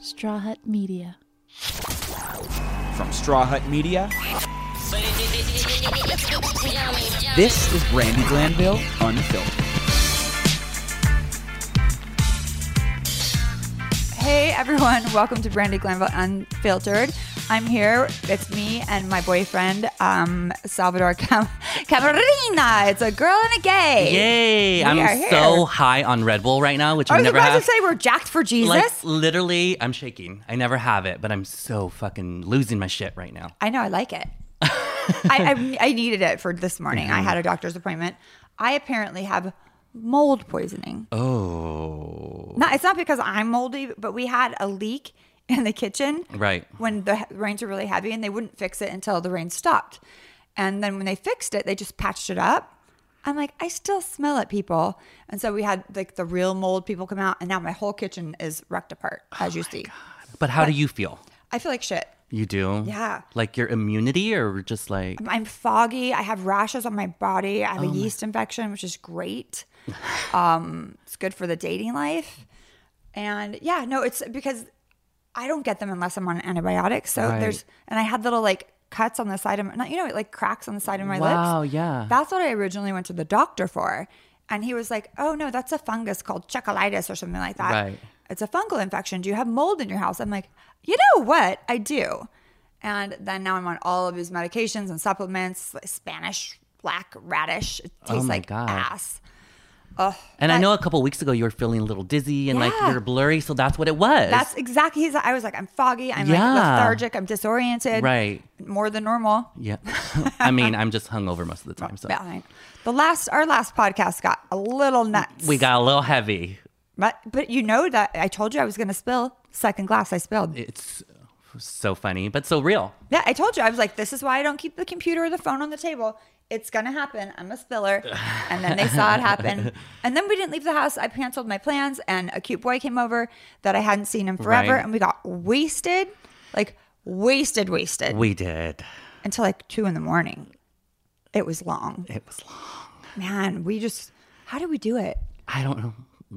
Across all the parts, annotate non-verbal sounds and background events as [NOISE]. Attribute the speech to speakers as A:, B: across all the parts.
A: Straw Hut Media.
B: From Straw Hut Media, this is Brandy Glanville Unfiltered.
C: Hey everyone, [LAUGHS] welcome to Brandy Glanville Unfiltered. I'm here. It's me and my boyfriend, um, Salvador Cam- [LAUGHS] Camarina. It's a girl and a gay.
D: Yay!
C: are
D: I'm
C: here.
D: so high on Red Bull right now, which
C: I
D: I
C: was
D: never
C: about
D: have.
C: to say we're jacked for Jesus.
D: like literally, I'm shaking. I never have it, but I'm so fucking losing my shit right now.
C: I know. I
D: [LAUGHS]
C: like it. I, I I needed it for this morning. I had a doctor's appointment. I apparently have mold poisoning.
D: Oh,
C: Not, it's not because I'm moldy, but we had a leak in the kitchen.
D: Right.
C: When the he- rains were really heavy and they wouldn't fix it until the rain stopped. And then when they fixed it, they just patched it up. I'm like, I still smell it, people. And so we had like the real mold people come out, and now my whole kitchen is wrecked apart, as you see.
D: but how do you feel?
C: I feel like shit.
D: You do?
C: Yeah.
D: Like your immunity, or just like
C: I'm foggy. I have rashes on my body. I have
D: Oh
C: a yeast infection, which
D: [LAUGHS]
C: is great. um, it's good for the dating life. And yeah, no, it's because I don't get them unless I'm on an antibiotic. So
D: Right.
C: there's, and I had little like cuts on the side of my, not, you know, like cracks on the side of my lips.
D: Wow, yeah.
C: That's what I originally went to the doctor for. And he was like, oh no, that's a fungus called chacolitis or something like that.
D: Right.
C: It's a fungal infection. Do you have mold in your house? I'm like, you know what? I do. And then now I'm on all of his medications and supplements, like Spanish black radish. It
D: Oh
C: tastes
D: my
C: like
D: God.
C: ass.
D: and I
C: but-
D: know a couple weeks ago you were feeling a little dizzy and like
C: Yeah.
D: you were blurry, so that's what it was.
C: That's exactly he's I was like, I'm foggy, I'm
D: Yeah.
C: like lethargic, I'm disoriented.
D: right.
C: More than normal.
D: Yeah. [LAUGHS] I mean, I'm just hungover most of the time, so
C: But I- The last our last podcast got a little nuts.
D: we got a little heavy.
C: but but you know that I told you I was gonna spill. Second glass I spilled.
D: It's so funny, but so real.
C: Yeah, I told you. I was like, this is why I don't keep the computer or the phone on the table. It's gonna happen. I'm a spiller. And then they saw it happen. And then we didn't leave the house. I canceled my plans, and a cute boy came over that I hadn't seen in forever,
D: Right.
C: and we got wasted, like wasted, wasted,
D: We did.
C: until like two in the morning. It was long,
D: It was long.
C: man. We just, how did we do it?
D: I don't know.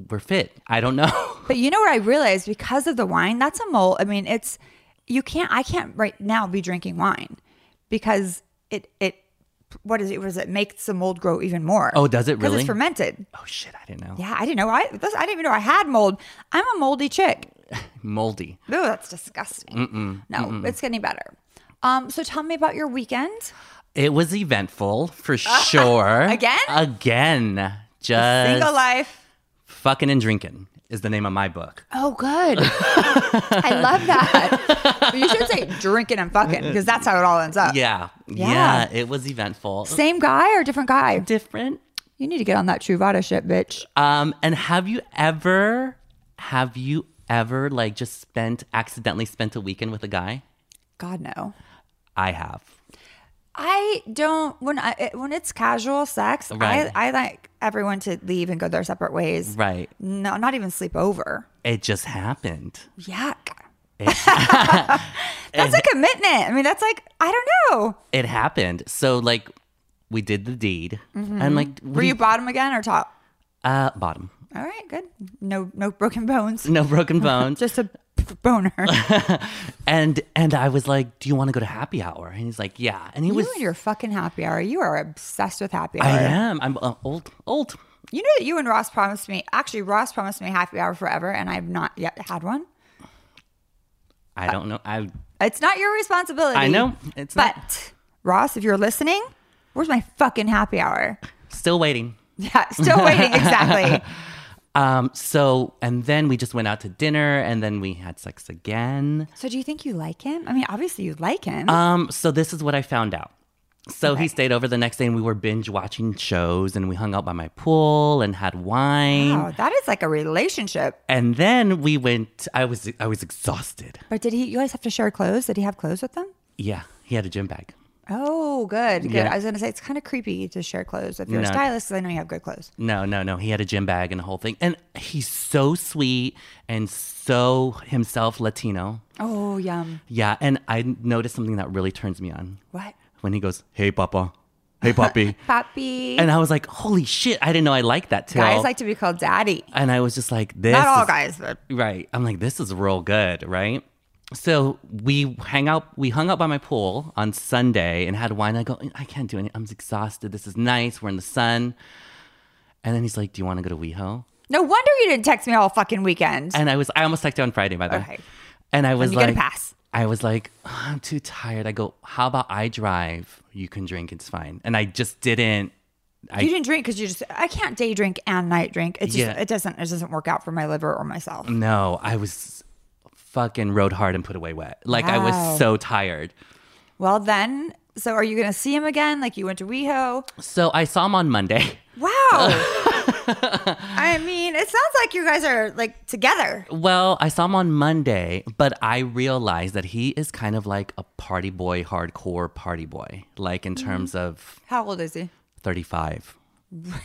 D: We're fit. I don't know. [LAUGHS]
C: But you know what I realized because of the wine, that's a mole. I mean, it's you can't. I can't right now be drinking wine because it it what is it? What does it make the mold grow even more?
D: Oh, does it
C: 'Cause
D: really?
C: It's fermented.
D: Oh shit, I didn't know.
C: Yeah, I didn't know. I this, I didn't even know I had mold. I'm a moldy chick.
D: Moldy.
C: Ooh, that's disgusting. no, it's getting better. Um, so tell me about your weekend.
D: It was eventful
C: [LAUGHS]
D: for sure.
C: Again?
D: Again. Just
C: Single life.
D: fucking and drinking is the name of my book.
C: Oh,
D: [LAUGHS]
C: good. I love that. But you should say drinking and fucking because that's how it all ends up.
D: Yeah.
C: yeah.
D: Yeah. It was eventful.
C: Same guy or different guy?
D: Different.
C: You need to get on that Truvada shit, bitch.
D: Um, and have you ever have you ever like just spent accidentally spent a weekend with a guy?
C: God no.
D: I have.
C: I don't when I it- when it's casual sex,
D: Right.
C: I I like everyone to leave and go their separate ways.
D: Right.
C: No, not even sleep over.
D: It just happened. [LAUGHS]
C: Yuck. [LAUGHS] that's a commitment. I mean, that's like I don't know.
D: It happened. So like we did the deed. And like
C: Mm-hmm. Were
D: we
C: you bottom again or top?
D: uh bottom.
C: All right, good. No, no broken bones.
D: [LAUGHS] No
C: [LAUGHS]
D: broken bones.
C: Just a p-
D: [LAUGHS]
C: boner. you
D: And and I was like, "Do you want to go to happy hour?" And he's like, "Yeah." And he was.
C: and your fucking happy hour. You are obsessed with happy hour.
D: I am. I'm uh, old. Old.
C: You know that you and Ross promised me. Actually, Ross promised me happy hour forever, and I've not yet had one.
D: I don't know. I
C: It's not your responsibility.
D: I know. It's
C: but
D: not-
C: Ross, if you're listening, where's my fucking happy hour?
D: still waiting.
C: Yeah, still
D: [LAUGHS]
C: waiting. Exactly.
D: Um. So and then we just went out to dinner, and then we had sex again.
C: so, do you think you like him? I mean, obviously you like him.
D: Um. So this is what I found out. So he stayed over the next day, and we were binge watching shows, and we hung out by my pool and had wine.
C: wow, that is like a relationship.
D: And then we went. I was I was exhausted.
C: But did he? You guys have to share clothes. Did he have clothes with them?
D: Yeah. He had a gym bag.
C: Oh, good, good.
D: Yeah.
C: I was gonna say it's kind of creepy to share clothes if you're a
D: No.
C: stylist, because I know you have good clothes.
D: No, no, no. He had a gym bag and the whole thing. And he's so sweet and so himself Latino.
C: Oh, yum.
D: Yeah. And I noticed something that really turns me on
C: What?
D: when he goes, Hey, Papa. Hey,
C: [LAUGHS]
D: puppy.
C: Papi.
D: and I was like, holy shit, I didn't know I liked that till.
C: guys like to be called daddy.
D: and I was just like, this.
C: Not all
D: is-
C: guys, but
D: Right. I'm like, this is real good, right? So we hang out. We hung out by my pool on Sunday and had wine. I go, I can't do any. I'm exhausted. This is nice. We're in the sun. And then he's like, Do you want to go to WeHo?
C: no wonder you didn't text me all fucking weekend.
D: And I was, I almost texted you on Friday, by the way.
C: Okay.
D: And I was
C: you
D: like,
C: get a pass.
D: I was like, "Oh, I'm too tired. I go, How about I drive? You can drink. It's fine. And I just didn't. I
C: you didn't drink because you just I can't day drink and night drink. It just
D: Yeah.
C: it doesn't it doesn't work out for my liver or myself.
D: No, I was fucking rode hard and put away wet. Like I
C: Wow.
D: was so tired.
C: Well then, so are you gonna see him again? Like you went to WeHo?
D: So I saw him on Monday. [LAUGHS]
C: Wow. I mean, it sounds like you guys are like together.
D: Well, I saw him on Monday, but I realized that he is kind of like a party boy, hardcore party boy, like in terms
C: Mm-hmm.
D: of
C: How old is he? [LAUGHS]
D: 35.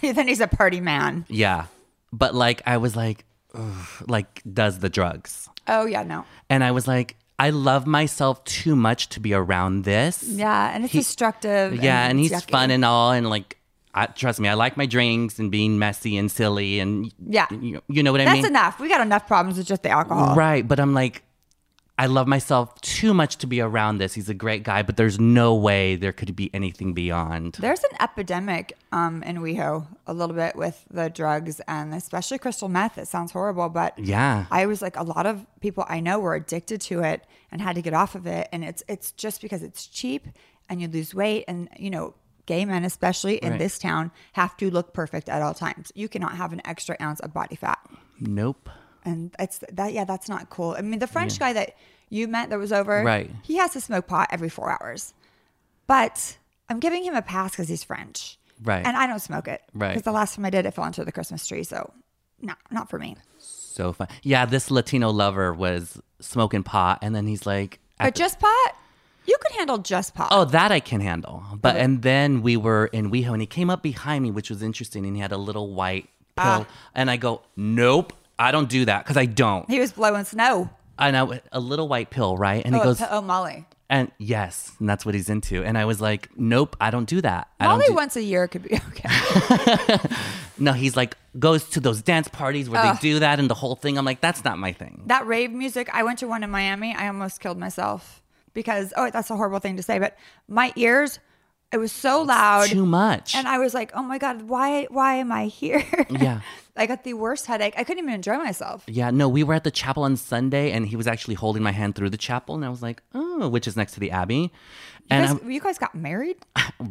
C: then he's a party man.
D: Yeah. But like I was like ugh, like does the drugs.
C: Oh yeah, no.
D: And I was like I love myself too much to be around this.
C: Yeah, and it's destructive.
D: Yeah, and he's
C: it's yucky.
D: fun and all, and like, I, trust me, I like my drinks and being messy and silly, and
C: Yeah.
D: you, you know what I
C: That's
D: mean,
C: enough. We got enough problems with just the alcohol.
D: right? But I'm like, I love myself too much to be around this. He's a great guy, but there's no way there could be anything beyond.
C: There's an epidemic um, in WeHo a little bit with the drugs and especially crystal meth. It sounds horrible, but
D: Yeah.
C: I was like a lot of people I know were addicted to it and had to get off of it, and it's it's just because it's cheap and you lose weight, and you know, gay men especially in
D: Right.
C: this town have to look perfect at all times. You cannot have an extra ounce of body fat,
D: nope.
C: and it's that yeah, that's not cool. I mean, the French guy that you met that was over,
D: Right.
C: He has to smoke pot every four hours, but I'm giving him a pass because he's French,
D: Right.
C: And I don't smoke it,
D: Right.
C: Because the last time I did, it fell into the Christmas tree, so no, not for me.
D: So fun. Yeah, this Latino lover was smoking pot, and then he's like, at
C: But just pot? You could handle just pot.
D: Oh, that I can handle. But and then we were in WeHo, and he came up behind me, which was interesting. And he had a little white
C: Ah.
D: pill, and I go, "Nope, I don't do that because I don't."
C: He was blowing snow.
D: And I went, a little white pill, right? And
C: Oh,
D: he goes,
C: oh Molly.
D: "And yes, and that's what he's into." And I was like, "Nope, I don't do that." I don't
C: Molly
D: do-"
C: once a year could be
D: [LAUGHS]
C: [LAUGHS] okay.
D: no, he's like goes to those dance parties where they do that and the whole thing. I'm like, that's not my thing.
C: that rave music, I went to one in Miami. I almost killed myself because, oh, that's a horrible thing to say, but my ears, it was so loud.
D: Too much.
C: And I was like, oh my God, why, why am I here? [LAUGHS]
D: Yeah.
C: I got the worst headache. I couldn't even enjoy myself.
D: Yeah, no, we were at the chapel on Sunday, and he was actually holding my hand through the chapel, and I was like, "Oh," which is next to the abbey,
C: You
D: and
C: guys,
D: I'm-
C: you guys got married?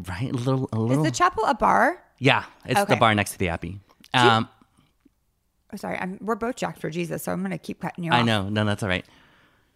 D: Right, a little, a
C: Is
D: little.
C: the chapel a bar?
D: yeah, it's
C: Okay.
D: the bar next to the Abbey. Um,
C: Oh, sorry, I'm, we're both jacked for Jesus, so I'm going to keep cutting you off.
D: I know, no, that's all right.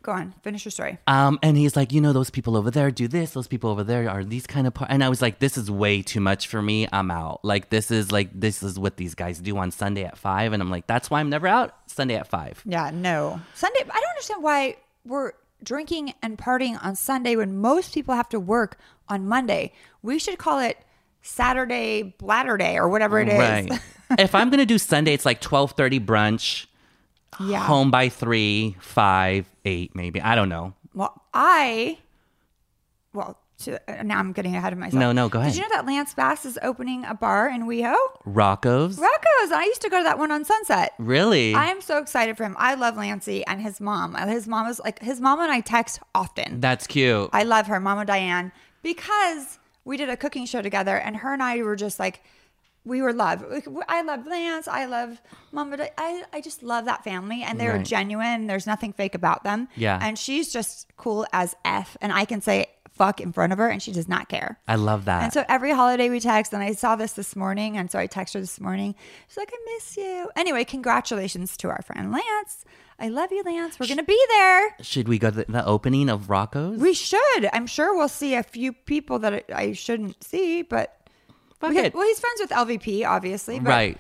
C: Go on, finish your story.
D: Um, and he's like, you know, those people over there do this. Those people over there are these kind of. Par-. And I was like, this is way too much for me. I'm out. Like this is like this is what these guys do on Sunday at five, and I'm like, that's why I'm never out Sunday at five.
C: Yeah, no. Sunday, I don't understand why we're drinking and partying on Sunday when most people have to work on Monday. We should call it Saturday Bladder Day or whatever it is.
D: Right. if I'm gonna do Sunday, it's like twelve thirty brunch,
C: [LAUGHS] Yeah.
D: home by three, five, eight, maybe. I don't know.
C: Well, I, well, to, uh, now I'm getting ahead of myself.
D: No, no, go ahead.
C: Did you know that Lance Bass is opening a bar in WeHo?
D: Rocco's.
C: Rocco's. I used to go to that one on Sunset.
D: really?
C: I am so excited for him. I love Lancey and his mom. His mom is like, his mom and I text often.
D: that's cute.
C: I love her, Mama Diane, because we did a cooking show together, and her and I were just like, we were love. Like, I love Lance. I love Mama. Di- I I just love that family, and they're
D: Right.
C: genuine. There's nothing fake about them.
D: Yeah.
C: and she's just cool as f, and I can say fuck in front of her, and she does not care.
D: I love that.
C: And so every holiday we text, and I saw this this morning, and so I text her this morning. She's like, "I miss you." Anyway, congratulations to our friend Lance. I love you, Lance. We're gonna be there.
D: Should we go to the, the opening of Rocco's?
C: We should. I'm sure we'll see a few people that I, I shouldn't see, but
D: Fuck
C: we could-
D: it.
C: well, he's friends with LVP, obviously. But
D: right.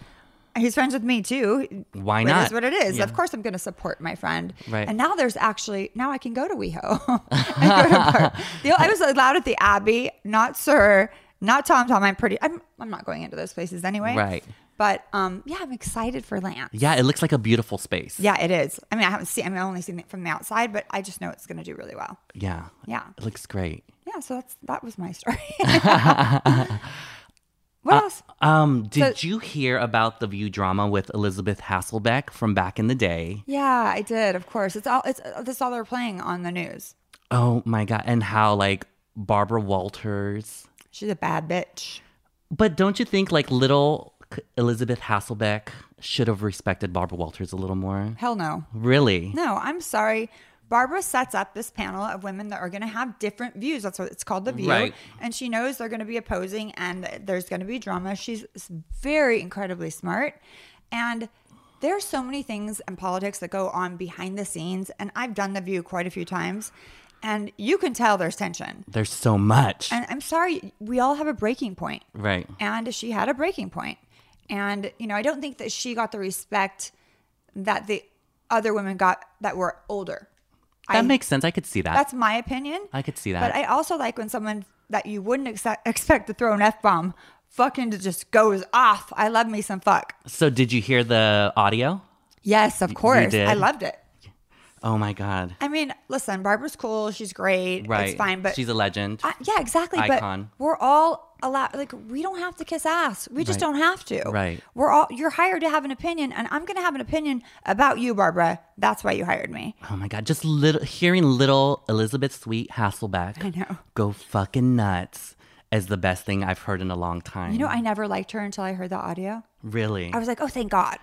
C: He's friends with me too.
D: Why
C: It
D: not?
C: is what it is.
D: Yeah.
C: Of course, I'm going to support my friend.
D: Right.
C: And now there's actually now I can go
D: [LAUGHS]
C: to WeHo. [LAUGHS] and go to bar. The- I was allowed at the Abbey, not Sir, not Tom Tom. I'm pretty. I'm I'm not going into those places anyway.
D: Right.
C: But um, yeah, I'm excited for Lance.
D: Yeah, it looks like a beautiful space.
C: Yeah, it is. I mean, I haven't seen. I mean, I've only seen it from the outside, but I just know it's going to do really well.
D: Yeah.
C: Yeah,
D: It looks great.
C: yeah. So that's that was my [LAUGHS] story. what else?
D: Um, did you hear about the View drama with Elizabeth Hasselbeck from back in the day?
C: Yeah, I did. Of course, it's all. It's uh, that's all they're playing on the news.
D: Oh my god! And how like Barbara Walters?
C: She's a bad bitch.
D: But don't you think like little C- Elizabeth Hasselbeck should have respected Barbara Walters a little more?
C: Hell no.
D: Really?
C: No, I'm sorry. Barbara sets up this panel of women that are going to have different views. That's what it's called, the view.
D: Right.
C: And she knows they're going to be opposing and there's going to be drama. She's very incredibly smart. And there are so many things in politics that go on behind the scenes. And I've done the view quite a few times. And you can tell there's tension.
D: There's so much.
C: And I'm sorry, we all have a breaking point
D: right.
C: and she had a breaking point. And you know, I don't think that she got the respect that the other women got that were older.
D: That
C: I,
D: makes sense. I could see that.
C: that's my opinion.
D: I could see that.
C: But I also like when someone that you wouldn't accept, expect to throw an f bomb fucking just goes off. I love me some fuck.
D: so did you hear the audio?
C: Yes, of course,
D: did.
C: I loved it.
D: Oh my god.
C: I mean, listen, Barbara's cool. She's great.
D: Right.
C: It's fine, but
D: she's a legend.
C: I- yeah, exactly.
D: Icon.
C: But we're all allowed. Like we don't have to kiss ass. We
D: Right.
C: just don't have to.
D: Right.
C: We're all. You're hired to have an opinion, and I'm going to have an opinion about you, Barbara. That's why you hired me.
D: oh my god. Just little hearing little Elizabeth Sweet Hasselbeck
C: I know.
D: go fucking nuts is the best thing I've heard in a long time.
C: You know, I never liked her until I heard the audio.
D: really.
C: I was like, oh, thank God.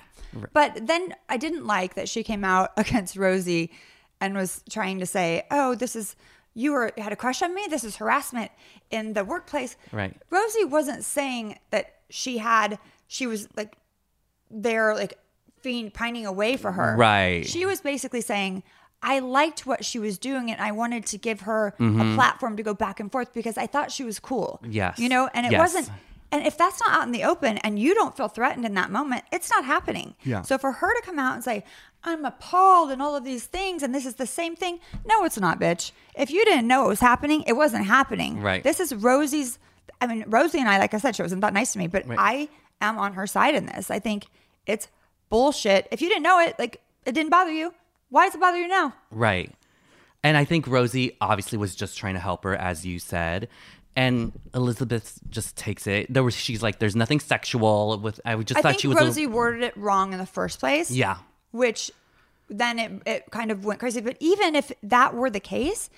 C: But then I didn't like that she came out [LAUGHS] against Rosie and was trying to say, oh, this is, you were, had a crush on me. This is harassment in the workplace.
D: Right.
C: Rosie wasn't saying that she had, she was like, there, like, fiend, pining away for her.
D: Right.
C: She was basically saying, I liked what she was doing and I wanted to give her a platform to go back and forth because I thought she was cool.
D: Mm-hmm. Yes.
C: You know, and it
D: Yes.
C: wasn't and if that's not out in the open and you don't feel threatened in that moment, it's not happening.
D: Yeah.
C: So for her to come out and say, I'm appalled and all of these things and this is the same thing, no, it's not, bitch. If you didn't know it was happening, it wasn't happening.
D: Right.
C: This is Rosie's I mean, Rosie and I, like I said, she wasn't that nice to me, but I am on her side in this. I think it's bullshit. If you didn't know it, like it didn't bother you. Why does it bother you now?
D: Right. And I think Rosie obviously was just trying to help her, as you said. And Elizabeth just takes it. There was she's like, there's nothing sexual with I just
C: I
D: thought
C: think
D: she was
C: Rosie
D: a,
C: worded it wrong in the first place.
D: Yeah.
C: Which then it, it kind of went crazy. But even if that were the case,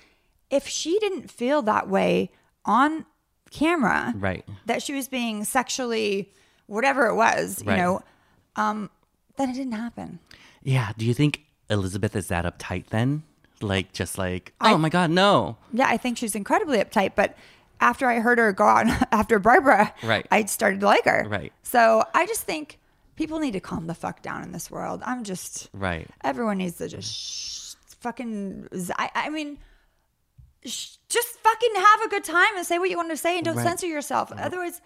C: if she didn't feel that way on camera,
D: Right.
C: that she was being sexually whatever it was,
D: Right.
C: you know, um, then it didn't happen.
D: Yeah. Do you think Elizabeth is that uptight then? Like just like, oh my God, no.
C: Yeah, I think she's incredibly uptight, but after I heard her go on [LAUGHS] after Barbara,
D: Right.
C: I started to like her.
D: Right.
C: So I just think people need to calm the fuck down in this world. I'm just
D: Right.
C: Everyone needs to just sh- fucking. z- I, I mean, sh- just fucking have a good time and say what you want to say and don't
D: Right.
C: censor yourself. Otherwise,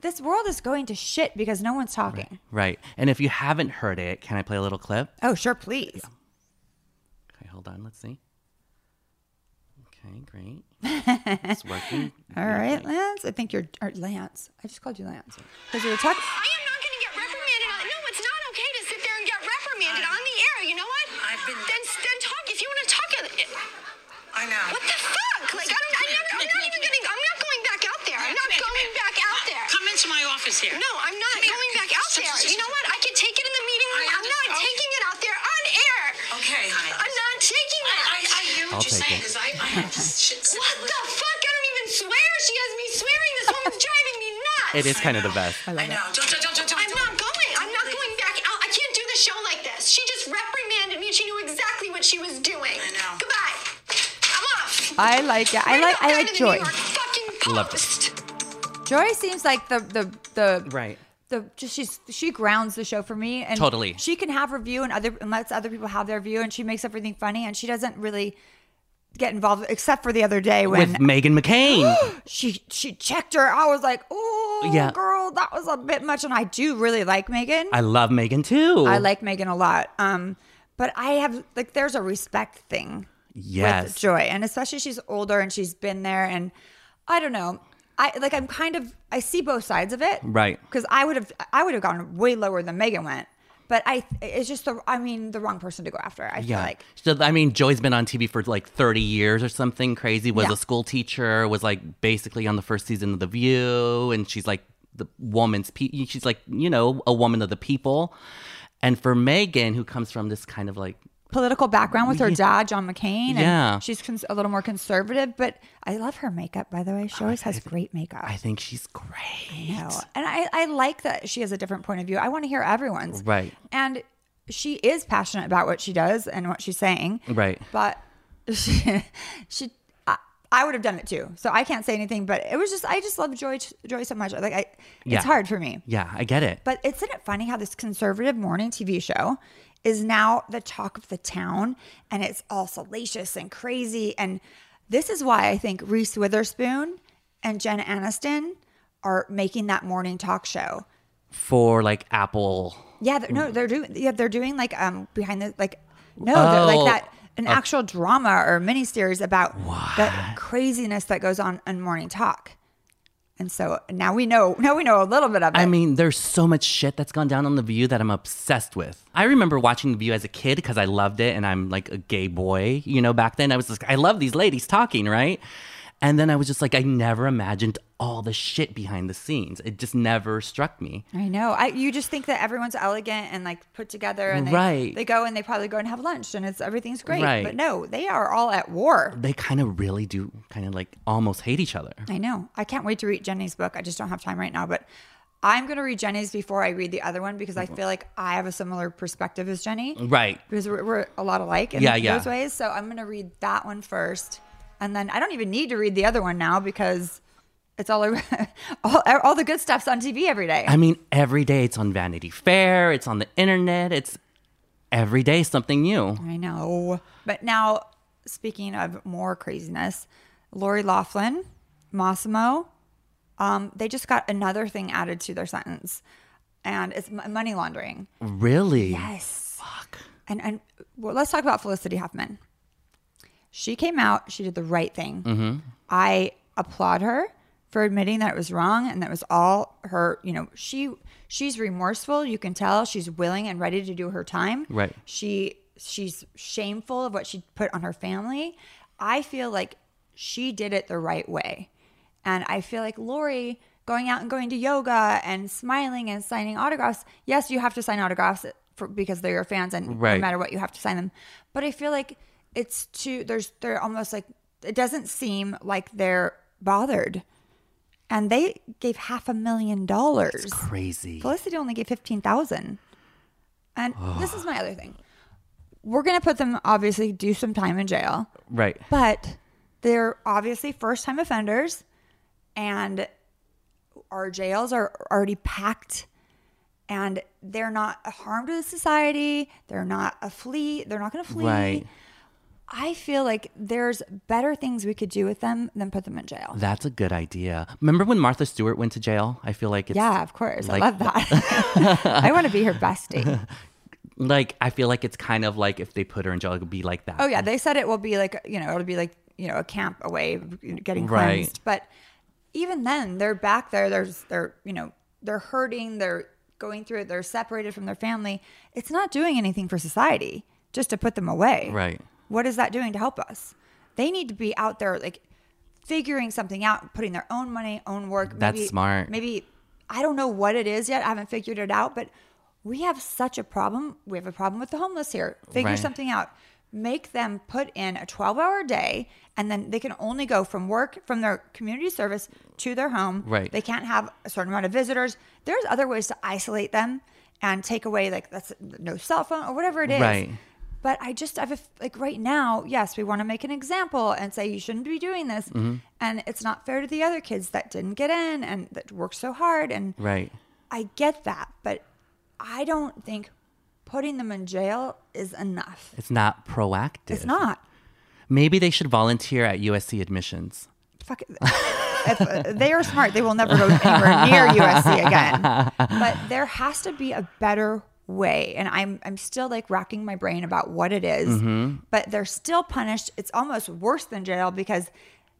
C: this world is going to shit because no one's talking.
D: Right. And if you haven't heard it, can I play a little clip?
C: Oh, sure, please.
D: Okay, hold on, let's see. Okay,
C: [LAUGHS]
D: great. It's working.
C: All right, Lance. I think you're or Lance. I just called you Lance because you were talking.
A: I am not going to get reprimanded. On, no, it's not okay to sit there and get reprimanded on the air. You know what? I've been. Then, then talk if you want to talk. uh, it-
E: I know.
A: What the fuck? Like I don't. I'm not, I'm not even getting. I'm not going back out there. I'm not going back out there.
E: Come into my office here.
A: No, I'm not going back out there. You know what? I can take it in the meeting room.
E: I
A: I'm not
E: understand.
A: taking it out there on air.
E: Okay, honey.
A: I'm not taking
E: I, I,
A: it.
E: I hear what
D: I'll
E: you're
D: take
E: saying
D: it.
E: because I, I have just shit. sitting with-
A: What the fuck? I don't even swear. She has me swearing. This
E: [LAUGHS]
A: woman's driving me nuts.
D: It is
E: I
D: kind of the
E: know.
D: best.
E: I, know. Don't, don't, don't, don't, don't.
A: I'm not going. I'm not going back out. I can't do the show like this. She just reprimanded me. and She knew exactly what she was doing.
E: I know.
A: Goodbye. I'm off.
C: I like it. I
A: Right
C: like.
A: back
C: I
A: down
C: like
A: [LAUGHS] to the
C: Joy.
A: New York fucking
D: Loved it.
A: Post.
C: Joy seems like the the the
D: Right.
C: the just she's she grounds the show for me and
D: Totally.
C: she can have her view and other and lets other people have their view and she makes everything funny and she doesn't really get involved except for the other day when
D: With Megan McCain.
C: [GASPS] she she checked her I was like oh
D: Yeah.
C: girl that was a bit much and I do really like Megan
D: I love Megan too.
C: I like Megan a lot um but I have like there's a respect thing
D: yes.
C: with Joy, and especially she's older and she's been there. And I don't know. I like I'm kind of I see both sides of it.
D: Right.
C: Because I would have I would have gone way lower than Megan went. But I it's just the I mean the wrong person to go after. I
D: Yeah.
C: feel like
D: so, I mean, Joy's been on TV for like 30 years or something crazy, was
C: Yeah.
D: a school teacher, was like basically on the first season of The View, and she's like the woman's, pe- she's like, you know, a woman of the people. And for Megan, who comes from this kind of like,
C: political background with her dad John McCain. And
D: Yeah.
C: She's cons- a little more conservative, but I love her makeup by the way. She always has great makeup.
D: I think she's great.
C: No. And I, I like that she has a different point of view. I want to hear everyone's.
D: Right.
C: And she is passionate about what she does and what she's saying.
D: Right.
C: But [LAUGHS] she, she I, I would have done it too. So I can't say anything, but it was just, I just love Joy, Joy so much. Like, I,
D: Yeah.
C: it's hard for me.
D: Yeah, I get it.
C: But isn't it funny how this conservative morning TV show is now the talk of the town and it's all salacious and crazy? And this is why I think Reese Witherspoon and Jenna Aniston are making that morning talk show.
D: For like Apple.
C: Yeah, they're,
D: Hmm.
C: no, they're doing. Yeah, they're doing like um behind the like. No, they're
D: Oh.
C: like that an actual drama or miniseries about the craziness that goes on in morning talk. And so now we know. Now we know a little bit of it.
D: I mean, there's so much shit that's gone down on The View that I'm obsessed with. I remember watching The View as a kid because I loved it and I'm like a gay boy, you know, back then. I was just, I love these ladies talking, right? And then I was just like, I never imagined all the shit behind the scenes. It just never struck me.
C: I know. I you just think that everyone's elegant and like put together, and they,
D: Right.
C: they go and they probably go and have lunch, and it's everything's great.
D: Right.
C: But no, they are all at war.
D: They kind of really do kind of like almost hate each other.
C: I know. I can't wait to read Jenny's book. I just don't have time right now, but I'm gonna read Jenny's before I read the other one because I feel like I have a similar perspective as Jenny
D: Right.
C: because we're, we're a lot alike in
D: Yeah, yeah.
C: those ways. So I'm gonna read that one first, and then I don't even need to read the other one now because it's all over, [LAUGHS] all, all the good stuff's on TV every day.
D: I mean, every day it's on Vanity Fair, it's on the internet, it's every day something new.
C: I know. But now, speaking of more craziness, Lori Laughlin, Massimo, um, they just got another thing added to their sentence, and it's m- money laundering.
D: Really?
C: Yes. Fuck. And and well, let's talk about Felicity Huffman. She came out. She did the right thing. I applaud her for admitting that it was wrong and that it was all her. You know, she she's remorseful. You can tell she's willing and ready to do her time.
D: Right.
C: She she's shameful of what she put on her family. I feel like she did it the right way. And I feel like Lori going out and going to yoga and smiling and signing autographs. Yes, you have to sign autographs for, because they're your fans, and
D: Right.
C: no matter what, you have to sign them. But I feel like it's too. There's they're almost like it doesn't seem like they're bothered, and they gave half a million dollars.
D: Crazy.
C: Felicity only gave fifteen thousand. And this is my other thing. We're gonna put them obviously do some time in jail
D: Right.
C: but they're obviously first time offenders and our jails are already packed and they're not a harm to the society they're not a flea they're not going to flee
D: Right.
C: i feel like there's better things we could do with them than put them in jail
D: That's a good idea. Remember when Martha Stewart went to jail? I feel like it's
C: yeah of course
D: like-
C: i love that [LAUGHS] i want to be her bestie
D: like I feel like it's kind of like if they put her in jail, it would be like that.
C: Oh yeah, they said it will be like you know it'll be like you know a camp away you know, getting
D: Right.
C: cleansed, but even then they're back there. There's they're you know they're hurting. They're going through it. They're separated from their family. It's not doing anything for society just to put them away.
D: Right.
C: What is that doing to help us? They need to be out there like figuring something out, putting their own money, own work.
D: That's smart.
C: Maybe I don't know what it is yet. I haven't figured it out, but we have such a problem. We have a problem with the homeless here. Figure
D: Right.
C: something out. Make them put in a 12 hour day and then they can only go from work, from their community service to their home.
D: Right.
C: They can't have a certain amount of visitors. There's other ways to isolate them and take away, like, that's no cell phone or whatever it is.
D: Right.
C: But I just have a, f- like right now, yes, we want to make an example and say you shouldn't be doing this.
D: Mm-hmm.
C: And it's not fair to the other kids that didn't get in and that worked so hard. And
D: Right.
C: I get that, but I don't think putting them in jail is enough.
D: It's not proactive.
C: It's not.
D: Maybe they should volunteer at USC admissions.
C: Fuck it. if, uh, they are smart. They will never go anywhere near USC again. But there has to be a better way, and I'm I'm still like racking my brain about what it is. But they're still punished. It's almost worse than jail because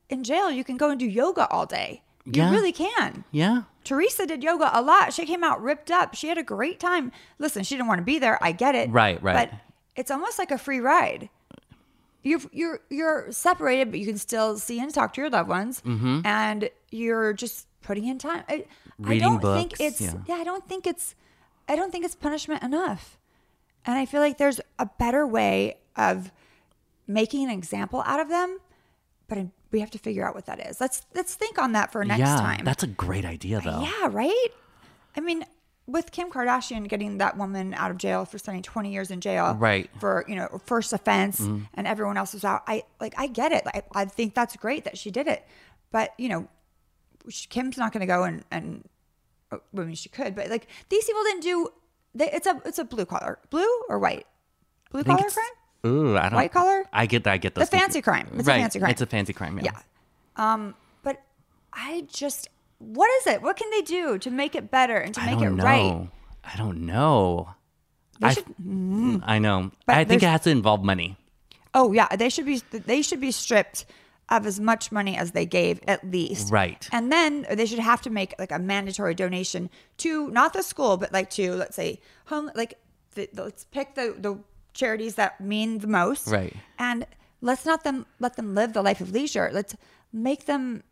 C: in jail you can go and do yoga all day. You
D: Yeah.
C: really can.
D: Yeah.
C: Teresa did yoga a lot. She came out ripped up. She had a great time. Listen, she didn't want to be there. I get it.
D: Right, right.
C: But it's almost like a free ride. You're you're you're separated, but you can still see and talk to your loved ones,
D: Mm-hmm.
C: and you're just putting in time. I, I
D: Reading
C: don't think
D: books,
C: it's
D: yeah.
C: yeah. I don't think it's I don't think it's punishment enough, and I feel like there's a better way of making an example out of them, but I, we have to figure out what that is. Let's let's think on that for next
D: yeah.
C: time.
D: That's a great idea though.
C: Yeah, right? I mean, with Kim Kardashian getting that woman out of jail for spending 20 years in jail
D: Right. Mm-hmm.
C: for, you know, first offense and everyone else was out. I like I get it. I, I think that's great that she did it. But, you know, she- Kim's not going to go and and oh, I mean she could, but like these people didn't do they, it's a it's a blue collar. Blue or white? Blue
D: I think
C: collar
D: it's-
C: crime?
D: Ooh, I don't
C: White collar?
D: I get that. I get
C: The
D: those.
C: fancy
D: confu-
C: crime. It's a
D: right.
C: fancy crime.
D: It's a fancy crime. Yeah.
C: Yeah. But I just what is it? What can they do to make it better and to
D: I
C: make it
D: don't know.
C: right?
D: I don't know. I,
C: should- mm-hmm.
D: I know.
C: But
D: I think it
C: there's-
D: has to involve money.
C: Oh yeah, they should be they should be stripped of as much money as they gave at least.
D: Right.
C: And then they should have to make like a mandatory donation to not the school but like to let's say home like the, the- let's pick the the charities that mean the most.
D: Right.
C: And let's not them let them live the life of leisure. Let's make them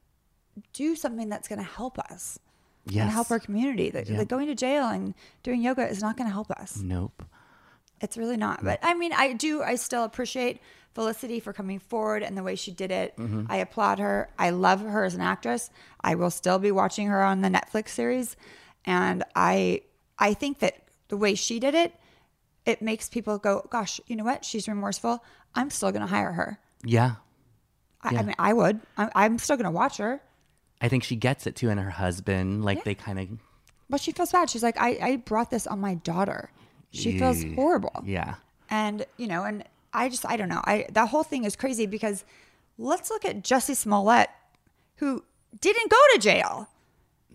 C: do something that's going to help us
D: Yes.
C: and help our community. Like, like going to jail and doing yoga is not going to help us.
D: Nope.
C: It's really not. But I mean, I do, I still appreciate Felicity for coming forward and the way she did it. I applaud her. I love her as an actress. I will still be watching her on the Netflix series. And I, I think that the way she did it, it makes people go, gosh, you know what? She's remorseful. I'm still going to hire her.
D: Yeah.
C: I, I mean, I would. I, I'm still going to watch her.
D: I think she gets it too, and her husband. Like they kind of.
C: But she feels bad. She's like, I, I brought this on my daughter. She feels horrible.
D: Yeah.
C: and you know and i just i don't know i that whole thing is crazy because let's look at jesse smollett who didn't go to jail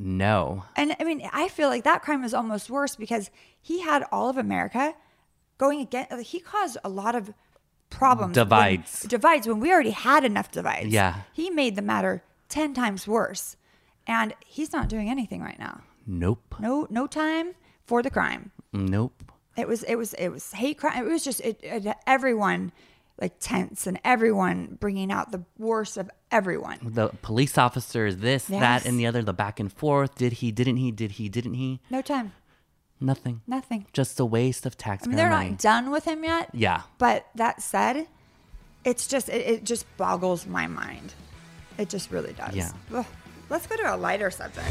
D: No.
C: and i mean i feel like that crime is almost worse because he had all of america going against he caused a lot of problems when-
D: Divides.
C: divides when we already had enough divides
D: Yeah.
C: he made the matter 10 times worse and he's not doing anything right now
D: Nope.
C: no no time for the crime
D: Nope.
C: it was it was it was hate crime. It was just it, it everyone like tense and everyone bringing out the worst of everyone.
D: The police officer, this,
C: Yes.
D: that, and the other, the back and forth. Did he? Didn't he? Did he? Didn't he?
C: No time,
D: Nothing.
C: nothing.
D: Just a waste of taxpayer
C: I mean, they're
D: money.
C: not done with him yet.
D: Yeah.
C: But that said, it's just it, it just boggles my mind. It just really does.
D: Yeah.
C: Ugh. Let's go to a
D: [LAUGHS]
C: lighter subject.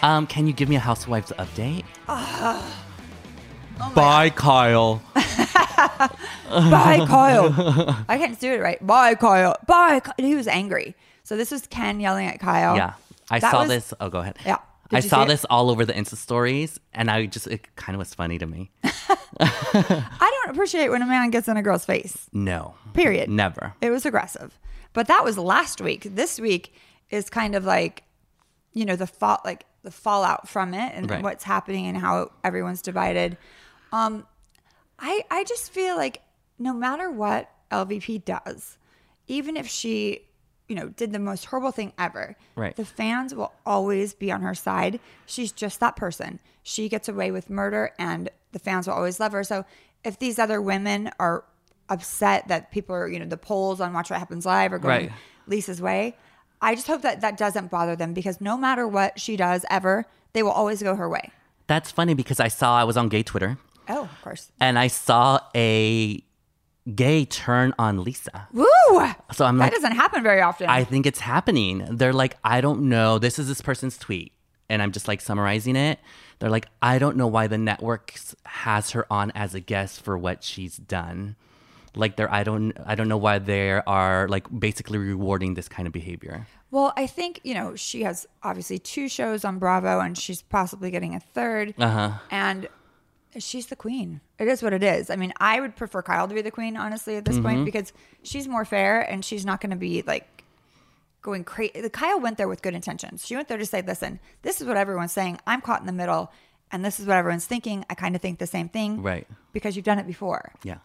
D: Um, can you give me a housewife's update?
C: Ah. Oh
D: Bye, Kyle.
C: Bye, Kyle. I can't do it right. Bye, Kyle. Bye. Ky-" He was angry. So this was Ken yelling at Kyle.
D: Yeah. I
C: Oh. That
D: saw
C: was-
D: this. Oh, go ahead.
C: Yeah. Did
D: I
C: you
D: saw
C: see it?
D: this all over the Insta stories, and I just, it kind of was funny to me.
C: I don't appreciate when a man gets in a girl's face.
D: No.
C: Period.
D: Never.
C: It was aggressive. But that was last week. This week is kind of like, you know, the fall like the fallout from it and
D: Right.
C: what's happening and how everyone's divided. Um I I just feel like no matter what LVP does, even if she, you know, did the most horrible thing ever,
D: Right.
C: the fans will always be on her side. She's just that person. She gets away with murder and the fans will always love her. So if these other women are upset that people are, you know, the polls on Watch What Happens Live are going
D: Right.
C: Lisa's way, I just hope that that doesn't bother them because no matter what she does ever, they will always go her way.
D: That's funny because I saw, I was on gay Twitter,
C: Oh, of course.
D: and I saw a gay turn on Lisa.
C: Woo!
D: So I'm
C: that
D: like,
C: doesn't happen very often.
D: I think it's happening. They're like, I don't know. This is this person's tweet. And I'm just like summarizing it. They're like, I don't know why the network s- has her on as a guest for what she's done. Like they're I don't I don't know why they are like basically rewarding this kind of behavior.
C: Well, I think, you know, she has obviously two shows on Bravo and she's possibly getting a third. Uh-huh. And she's the queen. It is what it is. I mean, I would prefer Kyle to be the queen, honestly, at this point, because she's more fair and she's not going to be like going crazy. Kyle went there with good intentions. She went there to say, listen, this is what everyone's saying. I'm caught in the middle and this is what everyone's thinking. I kind of think the same thing.
D: Right.
C: Because you've done it before.
D: Yeah.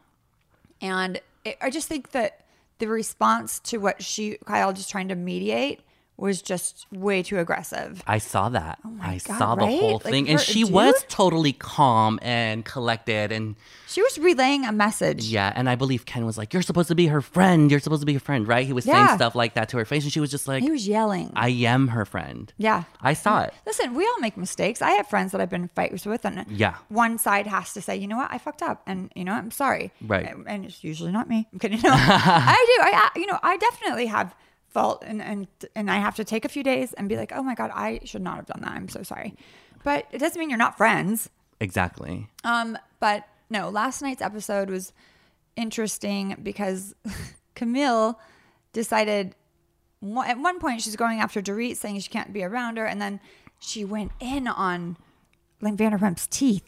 C: And it, I just think that the response to what she Kyle just trying to mediate was just way too aggressive.
D: I saw that. I
C: Oh God,
D: saw the
C: right?
D: whole
C: Like,
D: thing.
C: for
D: and
C: a
D: she was
C: dude?
D: totally calm and collected. And
C: She was relaying a message.
D: yeah, and I believe Ken was like, You're supposed to be her friend. You're supposed to be her friend, right? He was
C: Yeah.
D: saying stuff like that to her face. And she was just like,
C: He was yelling.
D: I am her friend.
C: yeah.
D: I saw it.
C: Listen, we all make mistakes. I have friends that I've been in fights with, and
D: Yeah.
C: one side has to say, you know what, I fucked up, and you know what, I'm sorry.
D: Right.
C: And, and it's usually not me. [LAUGHS] I'm kidding. No, I do. I, I, you know, I definitely have fault, and and and I have to take a few days and be like, oh my god, I should not have done that. I'm so sorry. But it doesn't mean you're not friends.
D: Exactly.
C: Um, but no, last night's episode was interesting because [LAUGHS] Camille decided one- at one point she's going after Dorit, saying she can't be around her, and then she went in on Lynn Vanderpump's teeth.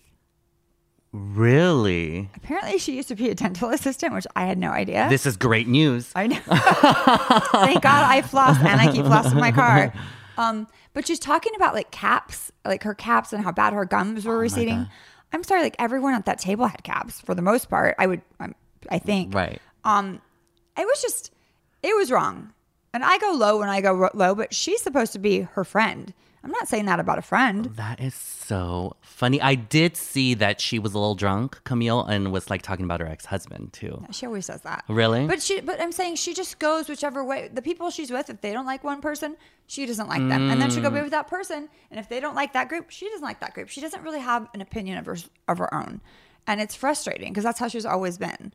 D: Really?
C: Apparently, she used to be a dental [LAUGHS] assistant, which I had no idea.
D: This is great news.
C: I know. [LAUGHS] Thank God I floss and I keep flossing my car. Um, but she's talking about like caps, like her caps and how bad her gums were receding. I'm sorry, like everyone at that table had caps for the most part. I would, um, I think.
D: right.
C: It was just, it was wrong. And I go low when I go ro- low, but she's supposed to be her friend. I'm not saying that about a friend.
D: That is so funny. I did see that she was a little drunk, Camille, and was like talking about her ex husband too.
C: She always does that.
D: Really?
C: But she, but I'm saying she just goes whichever way. The people she's with, if they don't like one person, she doesn't like them, and then she'll go be with that person. And if they don't like that group, she doesn't like that group. She doesn't really have an opinion of her of her own, and it's frustrating because that's how she's always been.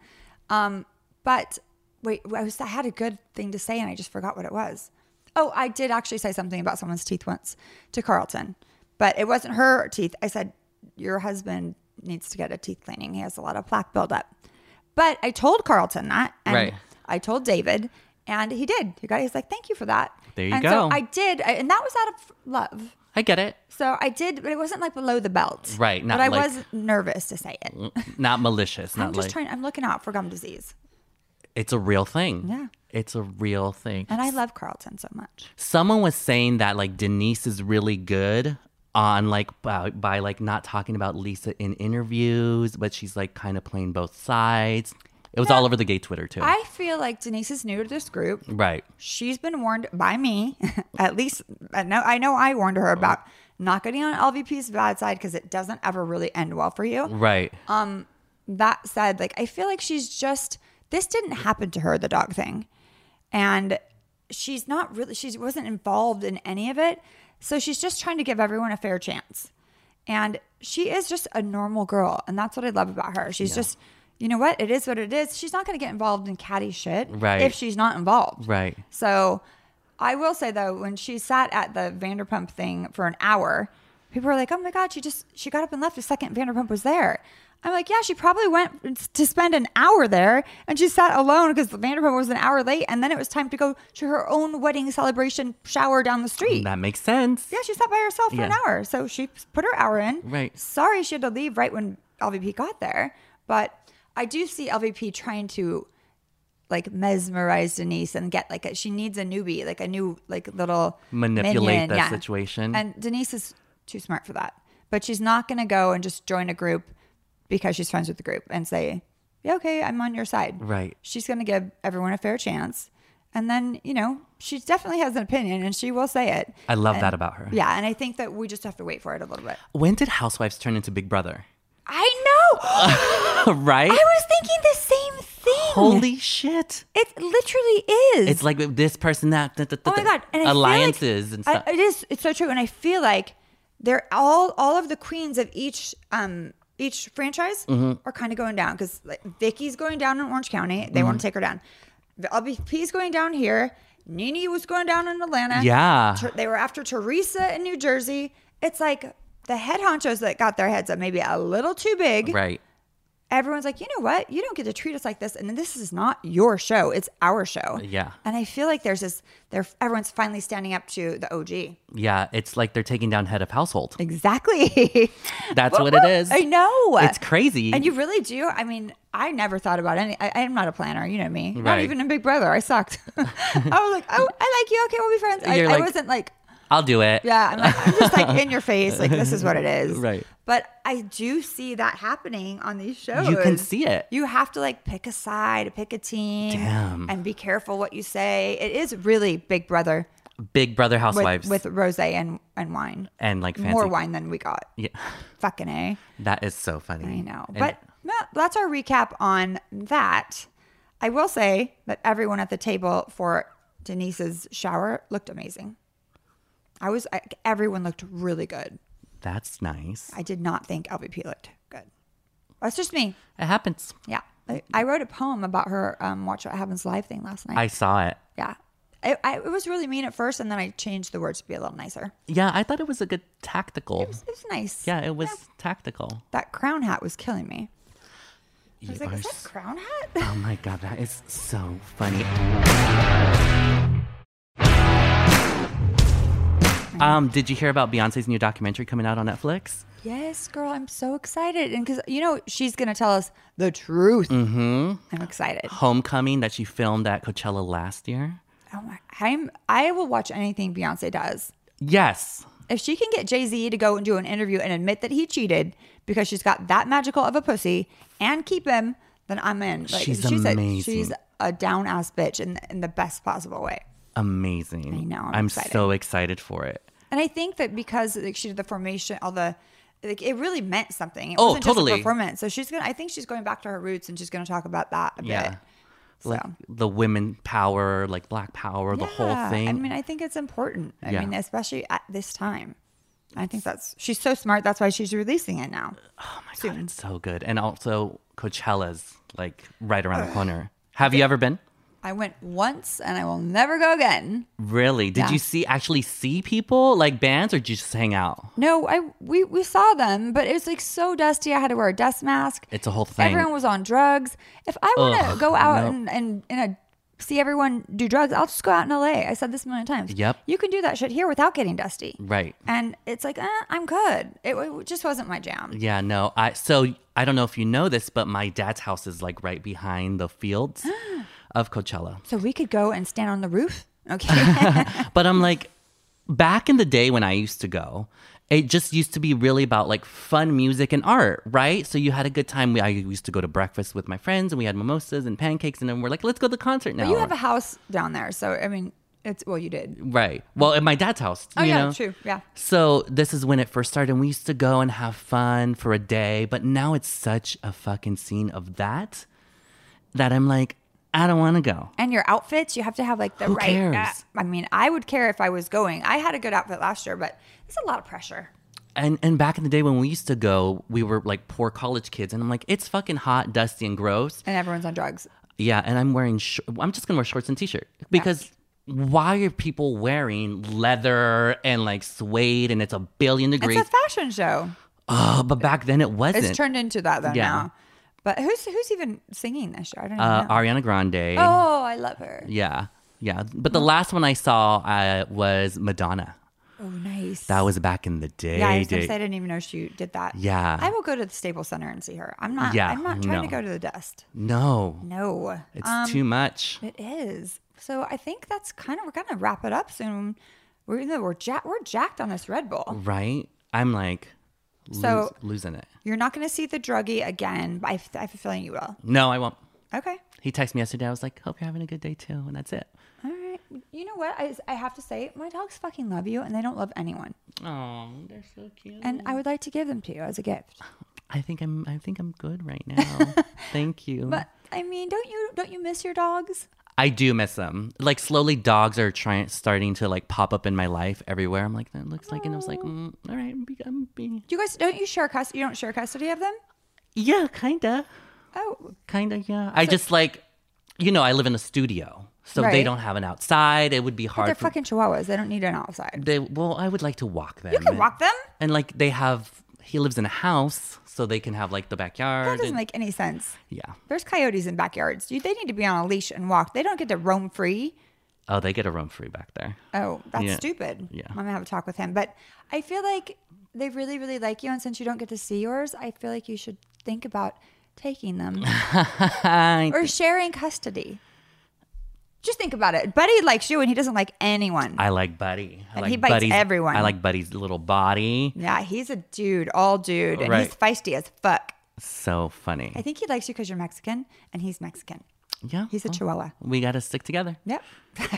C: Um, but wait, I was I had a good thing to say and I just forgot what it was. Oh, I did actually say something about someone's teeth once to Carlton, but it wasn't her teeth. I said your husband needs to get a teeth cleaning. He has a lot of plaque buildup. But I told Carlton that, and
D: Right.
C: I told David, and he did. He got. He's like, "Thank you for that."
D: There you
C: and
D: go.
C: So I did, I- and that was out of love.
D: I get it.
C: So I did, but it wasn't like below the belt,
D: Right, not
C: but I
D: like-
C: was nervous to say it. [LAUGHS]
D: Not malicious. Not
C: I'm just
D: like
C: trying. I'm looking out for gum disease,
D: it's a real thing.
C: Yeah.
D: It's a real thing.
C: and I love Carlton so much.
D: Someone was saying that like Denise is really good on like by, by like not talking about Lisa in interviews, but she's like kind of playing both sides. It was all over the gay Twitter too.
C: I feel like Denise is new to this group.
D: right.
C: She's been warned by me, [LAUGHS] at least. I know, I know I warned her about not getting on LVP's bad side because it doesn't ever really end well for you.
D: Right.
C: Um, that said, like I feel like she's just this didn't happen to her, the dog thing. And she's not really she wasn't involved in any of it. So she's just trying to give everyone a fair chance. And she is just a normal girl. And that's what I love about her. She's just you know what? It is what it is. She's not going to get involved in catty shit
D: Right.
C: if she's not involved.
D: Right.
C: So I will say though, when she sat at the Vanderpump thing for an hour, people were like, "Oh my god, she just she got up and left the second Vanderpump was there." I'm like, "Yeah, she probably went to spend an hour there, and she sat alone because the Vanderpump was an hour late, and then it was time to go to her own wedding celebration shower down the street."
D: that makes sense.
C: yeah, she sat by herself for an
D: Yeah.
C: hour, so she put her hour in.
D: Right.
C: Sorry, she had to leave right when LVP got there, but I do see LVP trying to like mesmerize Denise and get like a, she needs a newbie, like a new like little
D: Manipulate
C: minion,
D: the
C: yeah.
D: situation.
C: And Denise is too smart for that, but she's not going to go and just join a group because she's friends with the group and say, "Yeah, okay, I'm on your side."
D: Right.
C: She's going to give everyone a fair chance, and then you know she definitely has an opinion and she will say it.
D: I love that about her.
C: Yeah, and I think that we just have to wait for it a little bit.
D: When did Housewives turn into Big Brother? [LAUGHS]
C: I know.
D: right?
C: I was thinking the same thing.
D: Holy shit.
C: It literally is.
D: It's like this person that. that- that-
C: oh my
D: that-
C: god and I feel like-
D: alliances and
C: I-
D: stuff.
C: it is it's so true and i feel like they're all all of the queens of each um each franchise
D: Mm-hmm.
C: are kind of going down because like vicky's going down in orange county they
D: Mm-hmm.
C: want to take her down The lbp's going down here nini was going down in atlanta
D: Yeah.
C: Ter- they were after teresa in new jersey it's like the head honchos that got their heads up maybe a little too big
D: right.
C: everyone's like, you know what? You don't get to treat us like this. And this is not your show. It's our show.
D: Yeah.
C: And I feel like there's this, there, everyone's finally standing up to the OG.
D: Yeah. It's like they're taking down head of
C: [LAUGHS]
D: household.
C: Exactly.
D: That's what it is.
C: I know.
D: It's crazy.
C: And you really do. I mean, I never thought about any. I, I'm not a planner. You know me. Not
D: Right. [LAUGHS]
C: even in Big Brother. I sucked. I was like, oh, I like you. Okay, we'll be friends. I,
D: You're
C: I
D: like-
C: wasn't like,
D: I'll do it.
C: Yeah, I'm, like, I'm just like in your face, like this is what it
D: [LAUGHS]
C: is.
D: Right.
C: But I do see that happening on these shows.
D: You can see it.
C: You have to like pick a side, pick a team,
D: Damn.
C: and be careful what you say. It is really Big Brother
D: Big Brother
C: with,
D: Housewives
C: with rose and and wine,
D: and like fancy.
C: more wine than we got.
D: Yeah, [LAUGHS]
C: Fucking a.
D: that is so funny.
C: I know.
D: And
C: But no, that's our recap on that. I will say that everyone at the table for Denise's shower looked amazing. I was I, everyone looked really good.
D: that's nice.
C: I did not think LVP looked good. That's just me.
D: It happens.
C: Yeah. I, I wrote a poem about her um, Watch What Happens Live thing last night.
D: I saw it.
C: yeah. It, I, it was really mean at first, and then I changed the words to be a little nicer.
D: Yeah, I thought it was a good tactical.
C: It was nice.
D: yeah, it was tactical.
C: That crown hat was killing me. I
D: You
C: was like,
D: are
C: is
D: s-
C: that crown hat? [LAUGHS]
D: oh my god, that is so funny. Um, did you hear about Beyonce's new documentary coming out on Netflix?
C: yes, girl. I'm so excited. And because, you know, she's going to tell us the truth. Mm-hmm. I'm excited.
D: Homecoming that she filmed at Coachella last year.
C: Oh my, I'm, I will watch anything Beyonce does.
D: Yes,
C: If she can get Jay Z to go and do an interview and admit that he cheated because she's got that magical of a pussy and keep him, then I'm in.
D: She's
C: A,
D: amazing.
C: she's a down ass bitch in, in the best possible way.
D: amazing.
C: I know, I'm excited.
D: so excited for it.
C: And I think that because like, she did the formation, all the like, it really meant something. It
D: Oh,
C: wasn't
D: totally.
C: Just a performance. So she's gonna. I think she's going back to her roots and she's gonna talk about that a
D: Yeah.
C: bit.
D: Like
C: So.
D: the women power, like black power, the whole
C: Yeah,
D: thing.
C: I mean, I think it's important. I
D: Yeah.
C: mean, especially at this time. I think that's she's so smart. That's why she's releasing it now.
D: God, it's so good. And also Coachella's like right around the corner. Have you ever been?
C: I went once and I will never go again.
D: Really? Did
C: Yeah.
D: you see actually see people like bands or did you just hang out?
C: No, I we we saw them, but it was like so dusty. I had to wear a dust mask.
D: It's a whole thing.
C: Everyone was on drugs. If I want to
D: Ugh,
C: go out
D: nope.
C: and and in a see everyone do drugs, I'll just go out in LA. I said this a million times.
D: Yep.
C: You can do that shit here without getting dusty.
D: Right.
C: And it's like, eh, I'm good. It, it just wasn't my jam.
D: Yeah, no. I so I don't know if you know this, but my dad's house is like right behind the
C: [GASPS]
D: fields of Coachella.
C: So we could go and stand on
D: [LAUGHS]
C: the roof. Okay. [LAUGHS]
D: But I'm like, back in the day when I used to go, it just used to be really about like fun music and art, right? So you had a good time. We, I used to go to breakfast with my friends and we had mimosas and pancakes, and then we're like, let's go to the concert now.
C: you have a house down there, so I mean, it's well, you did.
D: right. Well, at my dad's house.
C: Oh
D: you
C: yeah,
D: know?
C: true. Yeah.
D: So this is when it first started, and we used to go and have fun for a day, but now it's such a fucking scene of that that I'm like, I don't want to go.
C: and your outfits you have to have like the
D: Who
C: right
D: cares?
C: uh, i mean i would care if i was going i had a good outfit last year but it's a lot of pressure
D: And and back in the day when we used to go, we were like poor college kids, and I'm like, it's fucking hot, dusty, and gross.
C: and everyone's on drugs
D: Yeah, and I'm wearing. Sh- I'm just gonna wear shorts and t-shirt because why are people wearing leather and like suede and it's a billion
C: it's
D: degrees?
C: a fashion show
D: Uh, but back then it wasn't.
C: it's turned into that though
D: Yeah.
C: now but who's who's even singing this year i don't even
D: uh,
C: know
D: Ariana Grande.
C: oh i love her
D: Yeah, yeah. But the last one I saw uh, was Madonna.
C: oh nice
D: That was back in the day.
C: yeah, I, was gonna
D: day.
C: say, I didn't even know she did that.
D: Yeah.
C: I will go to the Staples Center and see her. I'm not.
D: Yeah,
C: I'm not trying to
D: no.
C: go to the dust.
D: No,
C: No, Um,
D: it's too much.
C: It is. So I think that's kind of we're gonna wrap it up soon. We're we're, ja- we're jacked on this Red Bull.
D: Right? I'm like lose,
C: So-
D: losing it.
C: You're not going to see the druggie again. But I, f- I have a feeling you will.
D: No, I won't.
C: Okay.
D: He texted me yesterday. I was like, hope you're having a good day too. And that's it.
C: All right. You know what? I, I have to say, my dogs fucking love you and they don't love anyone.
D: Oh, they're so cute.
C: And I would like to give them to you as a gift.
D: I think I'm I think I'm good right
C: [LAUGHS]
D: now. Thank you.
C: But I mean, don't you don't you miss your dogs?
D: I do miss them. Like slowly dogs are trying starting to like pop up in my life everywhere. I'm like, that looks like and I was like, mm, all right, I'm be, I'm be.
C: You guys don't you share custody? You don't share custody of them?
D: Yeah, kinda.
C: Oh,
D: Kinda, yeah. I just like you know, I live in a studio. So they
C: Right.
D: don't have an outside. It would be
C: but
D: hard
C: they're
D: for
C: fucking chihuahuas. They don't need an outside.
D: they well, I would like to walk them.
C: You can walk them.
D: And like they have, he lives in a house, so they can have like the backyard.
C: That doesn't
D: and-
C: make any sense.
D: yeah.
C: There's coyotes in backyards. You, they need to be on a leash and walked. They don't get to roam free.
D: Oh, they get a room free back there.
C: Oh, that's
D: Yeah.
C: stupid.
D: Yeah.
C: I'm gonna have a talk with him. But I feel like they really, really like you, and since you don't get to see yours, I feel like you should
D: [LAUGHS]
C: think about taking them or sharing custody. Just think about it. Buddy likes you and he doesn't like anyone.
D: I like Buddy. I
C: And
D: like
C: he bites
D: Buddy's-
C: everyone.
D: I like Buddy's little body.
C: yeah, he's a dude, all dude, and he's
D: Right.
C: feisty as fuck.
D: So funny.
C: I think he likes you because you're Mexican and he's Mexican.
D: yeah.
C: He's a
D: well,
C: chihuahua.
D: We got to stick together.
C: Yep. [LAUGHS] he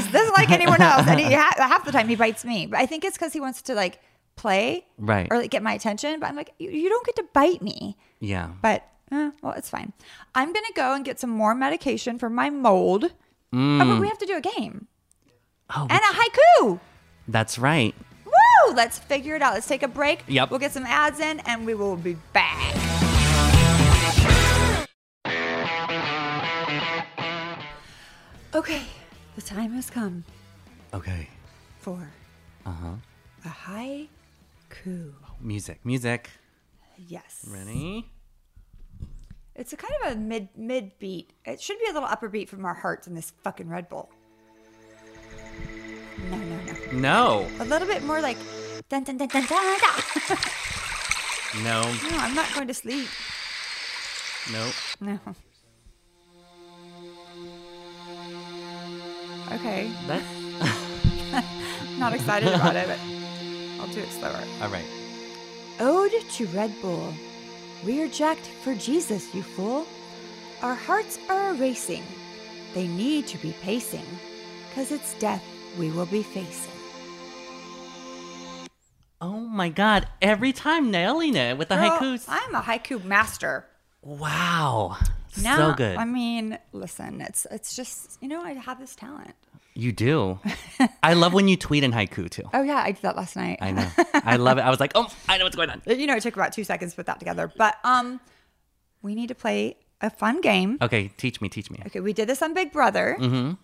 C: doesn't like anyone else, and he ha- half the time he bites me. But I think it's because he wants to like play,
D: Right.
C: or like get my attention. But I'm like, you, you don't get to bite me.
D: Yeah.
C: But eh, well, it's fine. I'm gonna go and get some more medication for my mold. Oh, but we have to do a game
D: Mm. oh,
C: and a haiku.
D: that's right.
C: Woo! Let's figure it out. Let's take a break.
D: Yep.
C: We'll get some ads in, and we will be back. Okay, the time has come.
D: Okay.
C: 4
D: Uh-huh.
C: Uh huh. A haiku.
D: Music. Music.
C: Yes.
D: Ready?
C: It's a kind of a mid mid beat. It should be a little upper beat from our hearts in this fucking Red Bull. No, no, no.
D: No.
C: A little bit more like dun dun dun dun dun. dun. [LAUGHS]
D: No.
C: no, I'm not going to sleep.
D: No.
C: No. Okay,
D: That.
C: not excited about it, but I'll do it slower.
D: All right.
C: Ode to Red Bull. We're jacked for Jesus, you fool. Our hearts are racing. They need to be pacing, 'cause it's death we will be facing.
D: Oh my God! Every time nailing it with the
C: Girl,
D: haikus.
C: I'm a haiku master.
D: wow.
C: Now,
D: so good.
C: I mean, listen, it's it's just you know I have this talent.
D: Oh. you
C: [LAUGHS]
D: do. I love when you tweet in haiku too.
C: Oh yeah, I did that last night.
D: I know.
C: [LAUGHS]
D: I love it. I was like, oh, I know what's going on.
C: Uh, you know it took about two seconds to put that together, but um, we need to play a fun game.
D: Okay, teach me, teach me.
C: Okay, we did this on Big Brother,
D: Mm-hmm.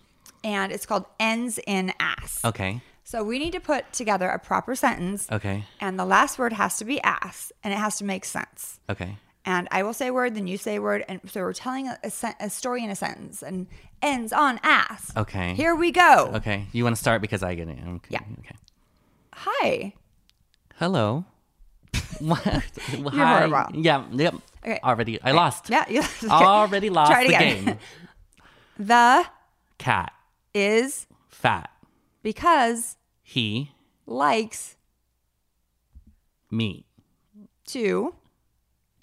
C: and it's called ends in ass.
D: Okay.
C: So we need to put together a proper sentence.
D: Okay.
C: And the last word has to be ass and it has to make sense.
D: Okay.
C: And I will say a word, then you say a word. And so we're telling a, a, sen- a story in a sentence and ends on ass.
D: Okay.
C: Here we go.
D: Okay. You want to start because I get it. Okay.
C: Yeah.
D: Okay.
C: Hi.
D: Hello. [LAUGHS]
C: [LAUGHS]
D: what? Hi.
C: horrible.
D: Yeah. Yep.
C: Okay.
D: Already, I lost.
C: Yeah. [LAUGHS] You
D: Already lost
C: Try it
D: the
C: again. [LAUGHS]
D: game.
C: The
D: Cat.
C: is
D: Fat.
C: because
D: He.
C: likes
D: Me.
C: to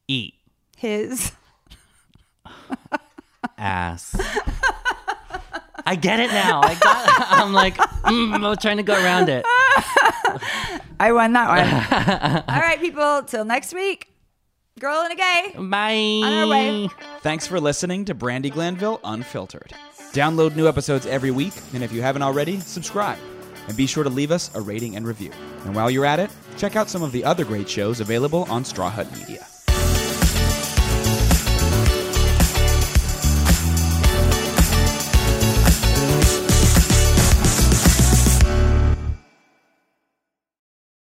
D: Eat.
C: his. [LAUGHS]
D: Ass. I get it now. I got it. I'm like, mm, I'm trying to go around it.
C: I won that one. All right, people. Till next week. Girl and a gay.
D: Bye.
C: [LAUGHS] On our way.
B: Thanks for listening to Brandy Glanville Unfiltered. Download new episodes every week, and if you haven't already, subscribe. And be sure to leave us a rating and review. And while you're at it, check out some of the other great shows available on Straw Hut Media.